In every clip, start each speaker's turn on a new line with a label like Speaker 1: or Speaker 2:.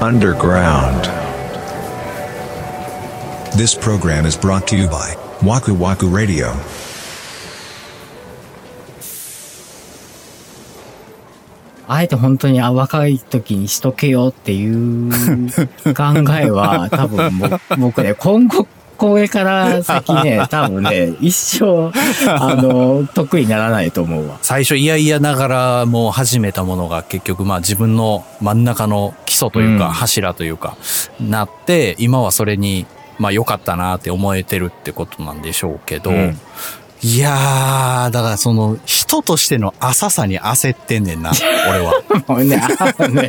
Speaker 1: underground.
Speaker 2: This program is brought to you by Waku Waku Radio.
Speaker 3: あえて本当にあ若い時にしとけよっていう考え は多分ぼ僕ね、今後、これから先 ね、多分ね、一生、あの、得意にならないと思うわ。
Speaker 4: 最初いやいやながらもう始めたものが結局まあ自分の真ん中の基礎という
Speaker 3: う
Speaker 4: か
Speaker 3: ん
Speaker 4: 柱というかなって今はそれにまあ良かったなって思えてるってことなんでしょうけど、
Speaker 3: うん
Speaker 4: いやー、だからその人としての浅さに焦ってんね んな、俺は。
Speaker 3: もうね、あのね、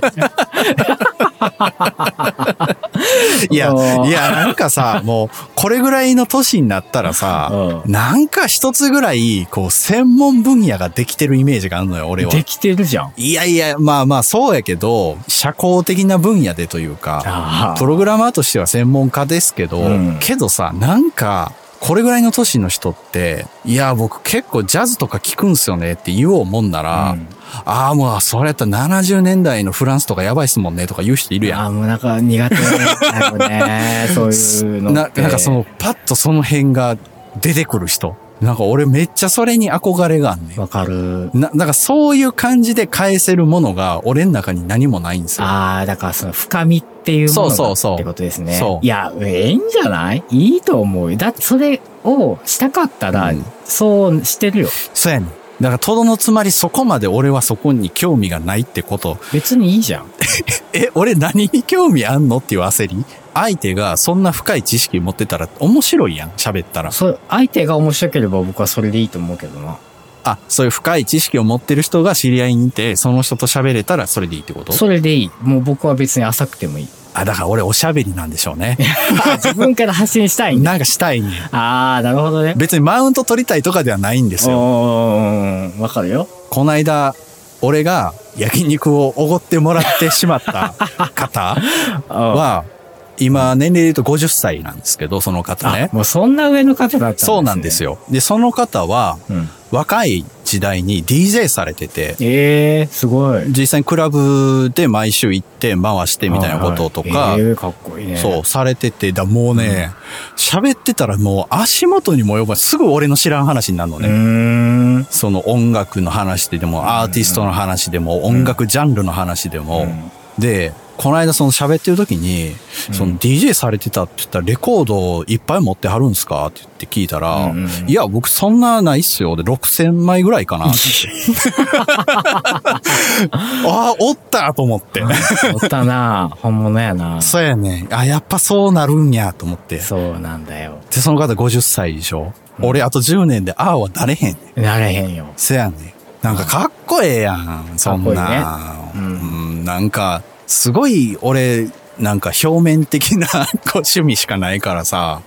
Speaker 4: いや、
Speaker 3: うん
Speaker 4: いや、なんかさ、もう、これぐらいの年になったらさ、
Speaker 3: う
Speaker 4: なんか一つぐらい、こう、専門分野ができてるイメージがあるのよ、俺は。
Speaker 3: できてるじゃん。
Speaker 4: いやいや、まあまあ、そうやけど、社交的な分野でというか、
Speaker 3: あ
Speaker 4: プログラマーとしては専門家ですけど、
Speaker 3: うん
Speaker 4: けどさ、なんか、これぐらいの年の人って、いや、僕結構ジャズとか聞くんすよねって言おうもんなら、
Speaker 3: うん
Speaker 4: ああ、もう、それやったら70年代のフランスとかやばいっすもんねとか言う人いるやん。
Speaker 3: あーもうなんか苦手だよね、そういうの
Speaker 4: な
Speaker 3: って。
Speaker 4: なんかそのパッとその辺が出てくる人なんか俺めっちゃそれに憧れがあんねん
Speaker 3: わかる。
Speaker 4: ななんかそういう感じで返せるものが俺の中に何もないんですよ
Speaker 3: ああ、だからその深みっていうもの
Speaker 4: そうそうそ
Speaker 3: が
Speaker 4: う
Speaker 3: ってことですね。
Speaker 4: そう
Speaker 3: いや、ええんじゃないいいと思うよ。だってそれをしたかったら
Speaker 4: うん、
Speaker 3: そうしてるよ。
Speaker 4: そうやねんだからとどのつまりそこまで俺はそこに興味がないってこと
Speaker 3: 別にいいじゃん。
Speaker 4: え俺何に興味あんのっていう焦り相手がそんな深い知識持ってたら面白いやん喋ったら
Speaker 3: そう、相手が面白ければ僕はそれでいいと思うけどな。
Speaker 4: あそういう深い知識を持ってる人が知り合いにいてその人と喋れたらそれでいいってこと
Speaker 3: それでいい。もう僕は別に浅くて もいい。
Speaker 4: あだから俺おしゃべりなんでしょうね
Speaker 3: 自分から発信したいん だ。
Speaker 4: なんかしたいねん
Speaker 3: ああ、なるほどね。
Speaker 4: 別にマウント取りたいとかではないんですよ。
Speaker 3: おーわかるよ。
Speaker 4: こないだ、俺が焼肉をおごってもらってしまった 方
Speaker 3: あ
Speaker 4: は、今年齢で言うと50歳なんですけど、その方
Speaker 3: あ
Speaker 4: ね。
Speaker 3: もうそんな上の方だったんですね。
Speaker 4: そうなんです
Speaker 3: よ。
Speaker 4: よ。で、その方は、若い時代に DJ されてて、
Speaker 3: ええー、すごい。
Speaker 4: 実際にクラブで毎週行って回してみたいなことと
Speaker 3: はい
Speaker 4: か
Speaker 3: はい、ええかっこいいね。
Speaker 4: そう、されてて、だ、もうね、喋ってたらもう足元にも呼ばないすぐ俺の知らん話になるの
Speaker 3: う
Speaker 4: ね。
Speaker 3: ーん。
Speaker 4: その音楽の話でも、アーティストの話でも、音楽ジャンルの話でも、
Speaker 3: うん
Speaker 4: で、この間その喋ってる時に、その DJ されてたって言ったら、レコードいっぱい持ってはるんですかって言って聞いたら、
Speaker 3: うんうん
Speaker 4: いや、僕そんなないっすよ。で、6000枚ぐらい かな。ああ、おったと思って。
Speaker 3: おったな本物やな
Speaker 4: そうやね。あ、やっぱそうなるんやと思って。
Speaker 3: そうなんだよ。
Speaker 4: で、その方50歳でしょ。俺あと10年で、ああはなれへんね。
Speaker 3: なれへんよ。
Speaker 4: せやね。なんかかっこええやん、そんな。
Speaker 3: かっこいいね
Speaker 4: うん、なんか、すごい俺、なんか表面的な こう趣味しかないからさ、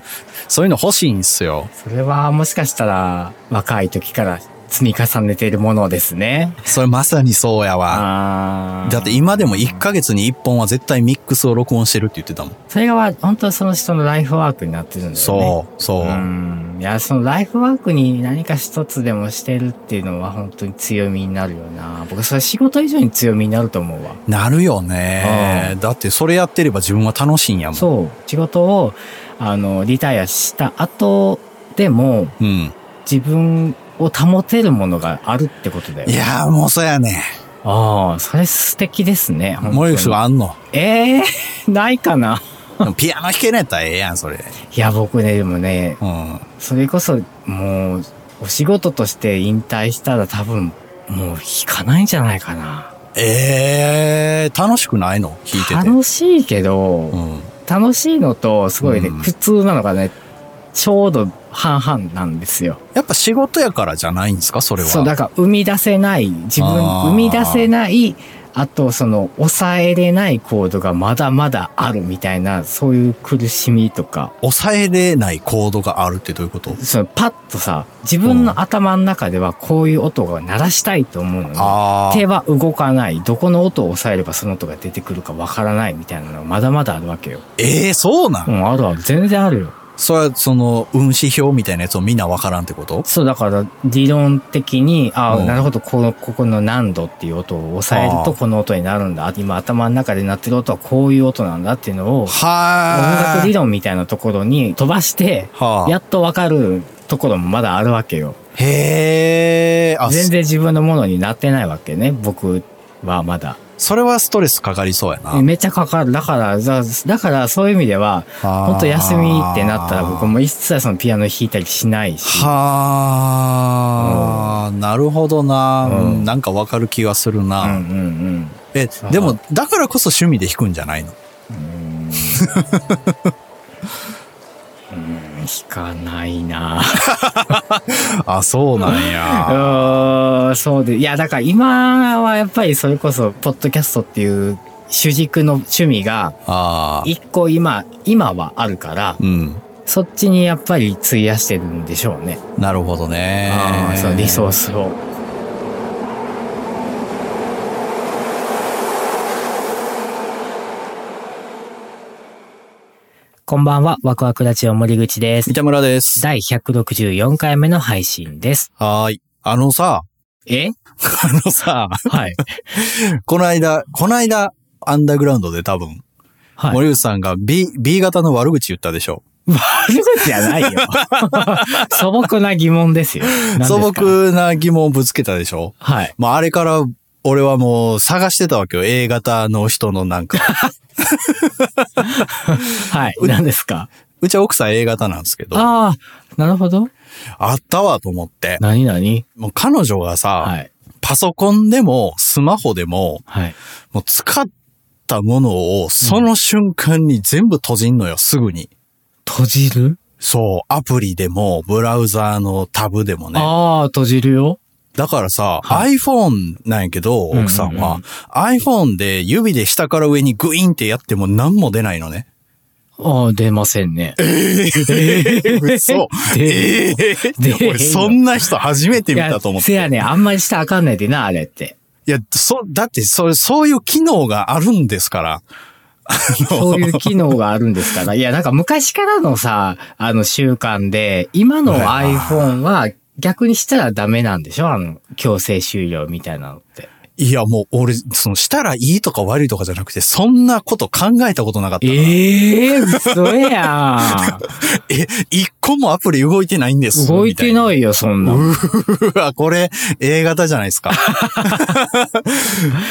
Speaker 4: そういうの欲しいんすよ。
Speaker 3: それはもしかしたら若い時から積み重ねているものですね。
Speaker 4: それまさにそうやわ。
Speaker 3: あー
Speaker 4: だって今でも1ヶ月に1本は絶対ミックスを録音してるって言ってたもん。
Speaker 3: それが本当その人のライフワークになってるんだよね。
Speaker 4: そう、そう。
Speaker 3: うん。いや、そのライフワークに何か一つでもしてるっていうのは本当に強みになるよな。僕それ仕事以上に強みになると思うわ。
Speaker 4: なるよね。だってそれやってれば自分は楽しいんやもん。
Speaker 3: そう。仕事を、あの、リタイアした後でも、
Speaker 4: うん。
Speaker 3: 自分を保てるものがあるってことだよ。
Speaker 4: いやーもうそうやね。
Speaker 3: ああ、それ素敵ですね。本当に
Speaker 4: モリクスはあんの。
Speaker 3: ええないかな。
Speaker 4: でもピアノ弾けないったらええやん、それ。
Speaker 3: いや、僕ね、でもね、
Speaker 4: うん。
Speaker 3: それこそ、もう、お仕事として引退したら多分、もう弾かないんじゃないかな。
Speaker 4: ええ楽しくないの聞いてて。
Speaker 3: 楽しいけど、
Speaker 4: うん。
Speaker 3: 楽しいのと、すごいね、
Speaker 4: うん
Speaker 3: 苦痛なのがね、ちょうど半々なんですよ。
Speaker 4: やっぱ仕事やからじゃないんですかそれは。
Speaker 3: そう、だから生み出せない、自分
Speaker 4: あー
Speaker 3: 生み出せない、あとその抑えれないコードがまだまだあるみたいな、そういう苦しみとか、
Speaker 4: 抑えれないコードがあるってどういうこと
Speaker 3: そのパッとさ、自分の頭の中ではこういう音が鳴らしたいと思うのに、
Speaker 4: あ
Speaker 3: 手
Speaker 4: あ。
Speaker 3: は動かない、どこの音を抑えればその音が出てくるかわからないみたいなのがまだまだあるわけよ。
Speaker 4: ええそうな、
Speaker 3: うんん、あるある、全然あるよ。
Speaker 4: それはその運指標みたいなやつをみんなわからんってこと
Speaker 3: そう、だから理論的に、あ
Speaker 4: う
Speaker 3: あ、
Speaker 4: ん
Speaker 3: なるほど、この、ここの何度っていう音を抑える
Speaker 4: ああ
Speaker 3: とこの音になるんだ。あ今頭の中で鳴ってる音はこういう音なんだっていうのを、音
Speaker 4: は
Speaker 3: 楽
Speaker 4: ー
Speaker 3: 理論みたいなところに飛ばして、
Speaker 4: はあ
Speaker 3: やっとわかるところもまだあるわけよ。
Speaker 4: へえ。あ、
Speaker 3: 全然自分のものになってないわけね、僕はまだ。
Speaker 4: それはストレスかかりそうやな。
Speaker 3: めっちゃかかる。だから、だだからそういう意味では、
Speaker 4: ほ
Speaker 3: 本当休みってなったら僕も一切そのピアノ弾いたりしないし。
Speaker 4: はあ、なるほどな、
Speaker 3: うん
Speaker 4: うんなんかわかる気がする
Speaker 3: うん
Speaker 4: な、
Speaker 3: うん
Speaker 4: え、でも、だからこそ趣味で弾くんじゃないの
Speaker 3: うん。弾かないな
Speaker 4: あ、そうなんや。
Speaker 3: うーんそうで。いや、だから今はやっぱりそれこそ、ポッドキャストっていう主軸の趣味が、
Speaker 4: ああ。
Speaker 3: 一個今、今はあるから、
Speaker 4: うん。
Speaker 3: そっちにやっぱり費やしてるんでしょうね。
Speaker 4: なるほどね
Speaker 3: あー。そのリソースを。こんばんは、ワクワクラジオ森口です
Speaker 4: 三。田村です。
Speaker 3: 第164回目の配信です。
Speaker 4: はーい。あのさ、
Speaker 3: え
Speaker 4: あの さ、
Speaker 3: はい。
Speaker 4: この間、この間、アンダーグラウンドで多分、
Speaker 3: はい。
Speaker 4: 森内さんが B、B 型の悪口言ったでしょ。
Speaker 3: 悪口じゃない よ。素朴な疑問ですよ。何ですか
Speaker 4: 素。朴な疑問をぶつけたでしょ。
Speaker 3: はい。
Speaker 4: まあ、あれから、俺はもう探してたわけよ。A 型の人のなん か。
Speaker 3: はい。何ですか
Speaker 4: うちは奥さん A 型なんですけど、あ
Speaker 3: ああ、なるほど。
Speaker 4: ったわと思って。
Speaker 3: 何何
Speaker 4: もう彼女がさ、
Speaker 3: はい。
Speaker 4: パソコンでもスマホでも、
Speaker 3: はい。
Speaker 4: もう使ったものをその瞬間に全部閉じんのよ、すぐに。
Speaker 3: 閉じる、
Speaker 4: そう、アプリでも、ブラウザーのタブでもね。
Speaker 3: ああ、閉じるよ。
Speaker 4: だからさ、iPhone なんやけど、奥さんは、
Speaker 3: うん
Speaker 4: iPhone で指で下から上にグインってやっても何も出ないのね。
Speaker 3: ああ、出ません ね。ええ
Speaker 4: 嘘え
Speaker 3: で
Speaker 4: えー、俺そんな人初めて見たと思っ
Speaker 3: い
Speaker 4: て。
Speaker 3: やせやねんあんまりしたらあかんないでな、あれ って。
Speaker 4: いや、そ、だって、そう、そういう機能があるんですから。
Speaker 3: そういう機能があるんですから。いや、なんか昔からのさ、あの習慣で、今の iPhone は逆にしたらダメなんでしょあの、強制終了みたいなのって。
Speaker 4: いや、もう俺、その、したらいいとか悪いとかじゃなくて、そんなこと考えたことなかったな。
Speaker 3: ええ嘘や
Speaker 4: え、一個もアプリ動いてないんで
Speaker 3: ん。
Speaker 4: す。
Speaker 3: 動いて
Speaker 4: い。
Speaker 3: ないよ、そんなん。
Speaker 4: うわ、これ、A 型じゃないですか。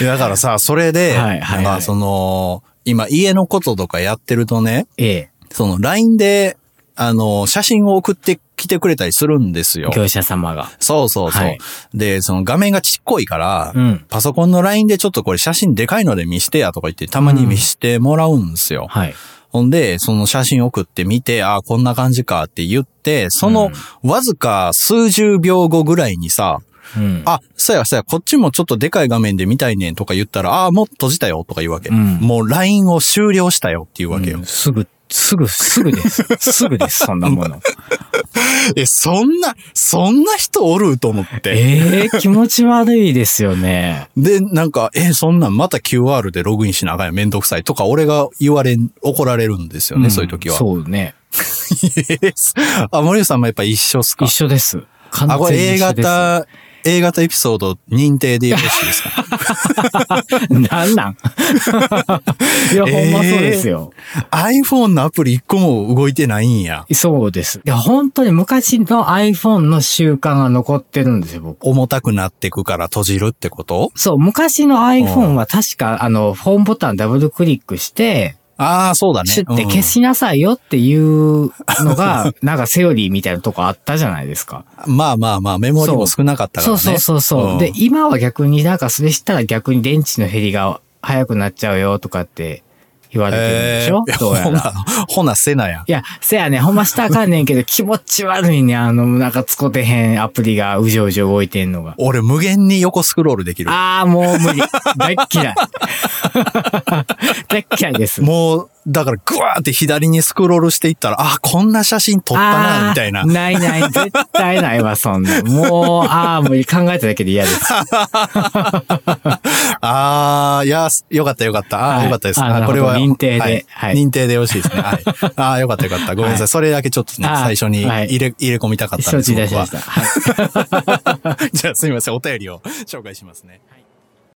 Speaker 4: いやだからさ、それ
Speaker 3: はい
Speaker 4: で、
Speaker 3: はいはい
Speaker 4: まあ、その、今、家のこととかやってるとね、
Speaker 3: ええ。
Speaker 4: その、LINE で、あの、写真を送ってきてくれたりするんですよ。
Speaker 3: 業者様が。
Speaker 4: そうそうそう。
Speaker 3: はい
Speaker 4: で、その画面がちっこいから、
Speaker 3: うん
Speaker 4: パソコンの LINE でちょっとこれ写真でかいので見してやとか言って、たまに見してもらうんですよ。
Speaker 3: はい。
Speaker 4: ほんで、その写真送ってみて、ああ、こんな感じかって言って、そのわずか数十秒後ぐらいにさ、
Speaker 3: うん。
Speaker 4: あ、そうやそうや、こっちもちょっとでかい画面で見たいねんとか言ったら、ああー、もう閉じたよとか言うわけ。
Speaker 3: うん
Speaker 4: もう LINE を終了したよっていうわけよ。
Speaker 3: うんすぐ、すぐ、すぐ です。すぐです、そんなもの。
Speaker 4: え、そんな、そんな人おると思って。
Speaker 3: ええ気持ち悪いですよね。
Speaker 4: で、なんか、え、そんなんまた QR でログインしなあかんやんめんどくさいとか、俺が言われん、怒られるんですよね、
Speaker 3: ん
Speaker 4: そういう時は。 う。
Speaker 3: そうね。
Speaker 4: あ、森内さんもやっぱ一緒っすか
Speaker 3: 一緒です。完
Speaker 4: あ、これ
Speaker 3: 全
Speaker 4: A
Speaker 3: に一緒です。
Speaker 4: 型、A 型エピソード認定でよろしいですか
Speaker 3: なんなんいや、ほんまそうですよ。
Speaker 4: ?iPhone のアプリ一個も動いてないんや。
Speaker 3: そうです。いや、本当に昔の iPhone の習慣が残ってるんですよ、僕。
Speaker 4: 重たくなってくから閉じるってこと
Speaker 3: そう、昔の iPhone は確か、あの、ホームボタンダブルクリックして、
Speaker 4: ああ、そうだね。
Speaker 3: シュって
Speaker 4: うん
Speaker 3: 消しなさいよっていうのが、 なんかセオリーみたいなとこあったじゃないですか。
Speaker 4: まあまあまあ、メモリも少なかったから
Speaker 3: そ
Speaker 4: ね。
Speaker 3: うそうそうそう。
Speaker 4: ん
Speaker 3: で、今は逆になんかそれしたら逆に電池の減りが早くなっちゃうよとかって言われてるんで
Speaker 4: え
Speaker 3: しょ、
Speaker 4: ー
Speaker 3: どうや
Speaker 4: ほ
Speaker 3: ら。
Speaker 4: な、ほな、せなや。
Speaker 3: いや、せやね、ほんましたらあかんねんけど、気持ち悪いね、あの、なんか使ってへんアプリがうじょうじょ動いてんのが。
Speaker 4: 俺、無限に横スクロールできる。
Speaker 3: ああ、もう無理。大っ嫌い。大っ嫌いです。
Speaker 4: もう、だからグワーって左にスクロールしていったら、あ、こんな写真撮った
Speaker 3: あ
Speaker 4: な、
Speaker 3: ー
Speaker 4: みたいな。
Speaker 3: ないない、絶対ないわ、そんな。もう、ああ、無理。考えただけで嫌です。
Speaker 4: ああ、いや、よかったよかった。ああ、
Speaker 3: はい
Speaker 4: よかったです。
Speaker 3: あなる
Speaker 4: あ
Speaker 3: ほ
Speaker 4: こ
Speaker 3: ど
Speaker 4: れは。
Speaker 3: 認定で
Speaker 4: はい
Speaker 3: はい
Speaker 4: 認定でよろしいです ね。はい。ああ、よかったよかった。ごめんなさい。
Speaker 3: はい
Speaker 4: それだけちょっとね、
Speaker 3: あー
Speaker 4: 最初に
Speaker 3: はい
Speaker 4: 入れ、入れ込みたかったん
Speaker 3: 承
Speaker 4: です。
Speaker 3: 知いたしま
Speaker 4: 僕
Speaker 3: し
Speaker 4: は
Speaker 3: た。はい。
Speaker 4: じゃあすみません。お便りを紹介しますね。
Speaker 3: はい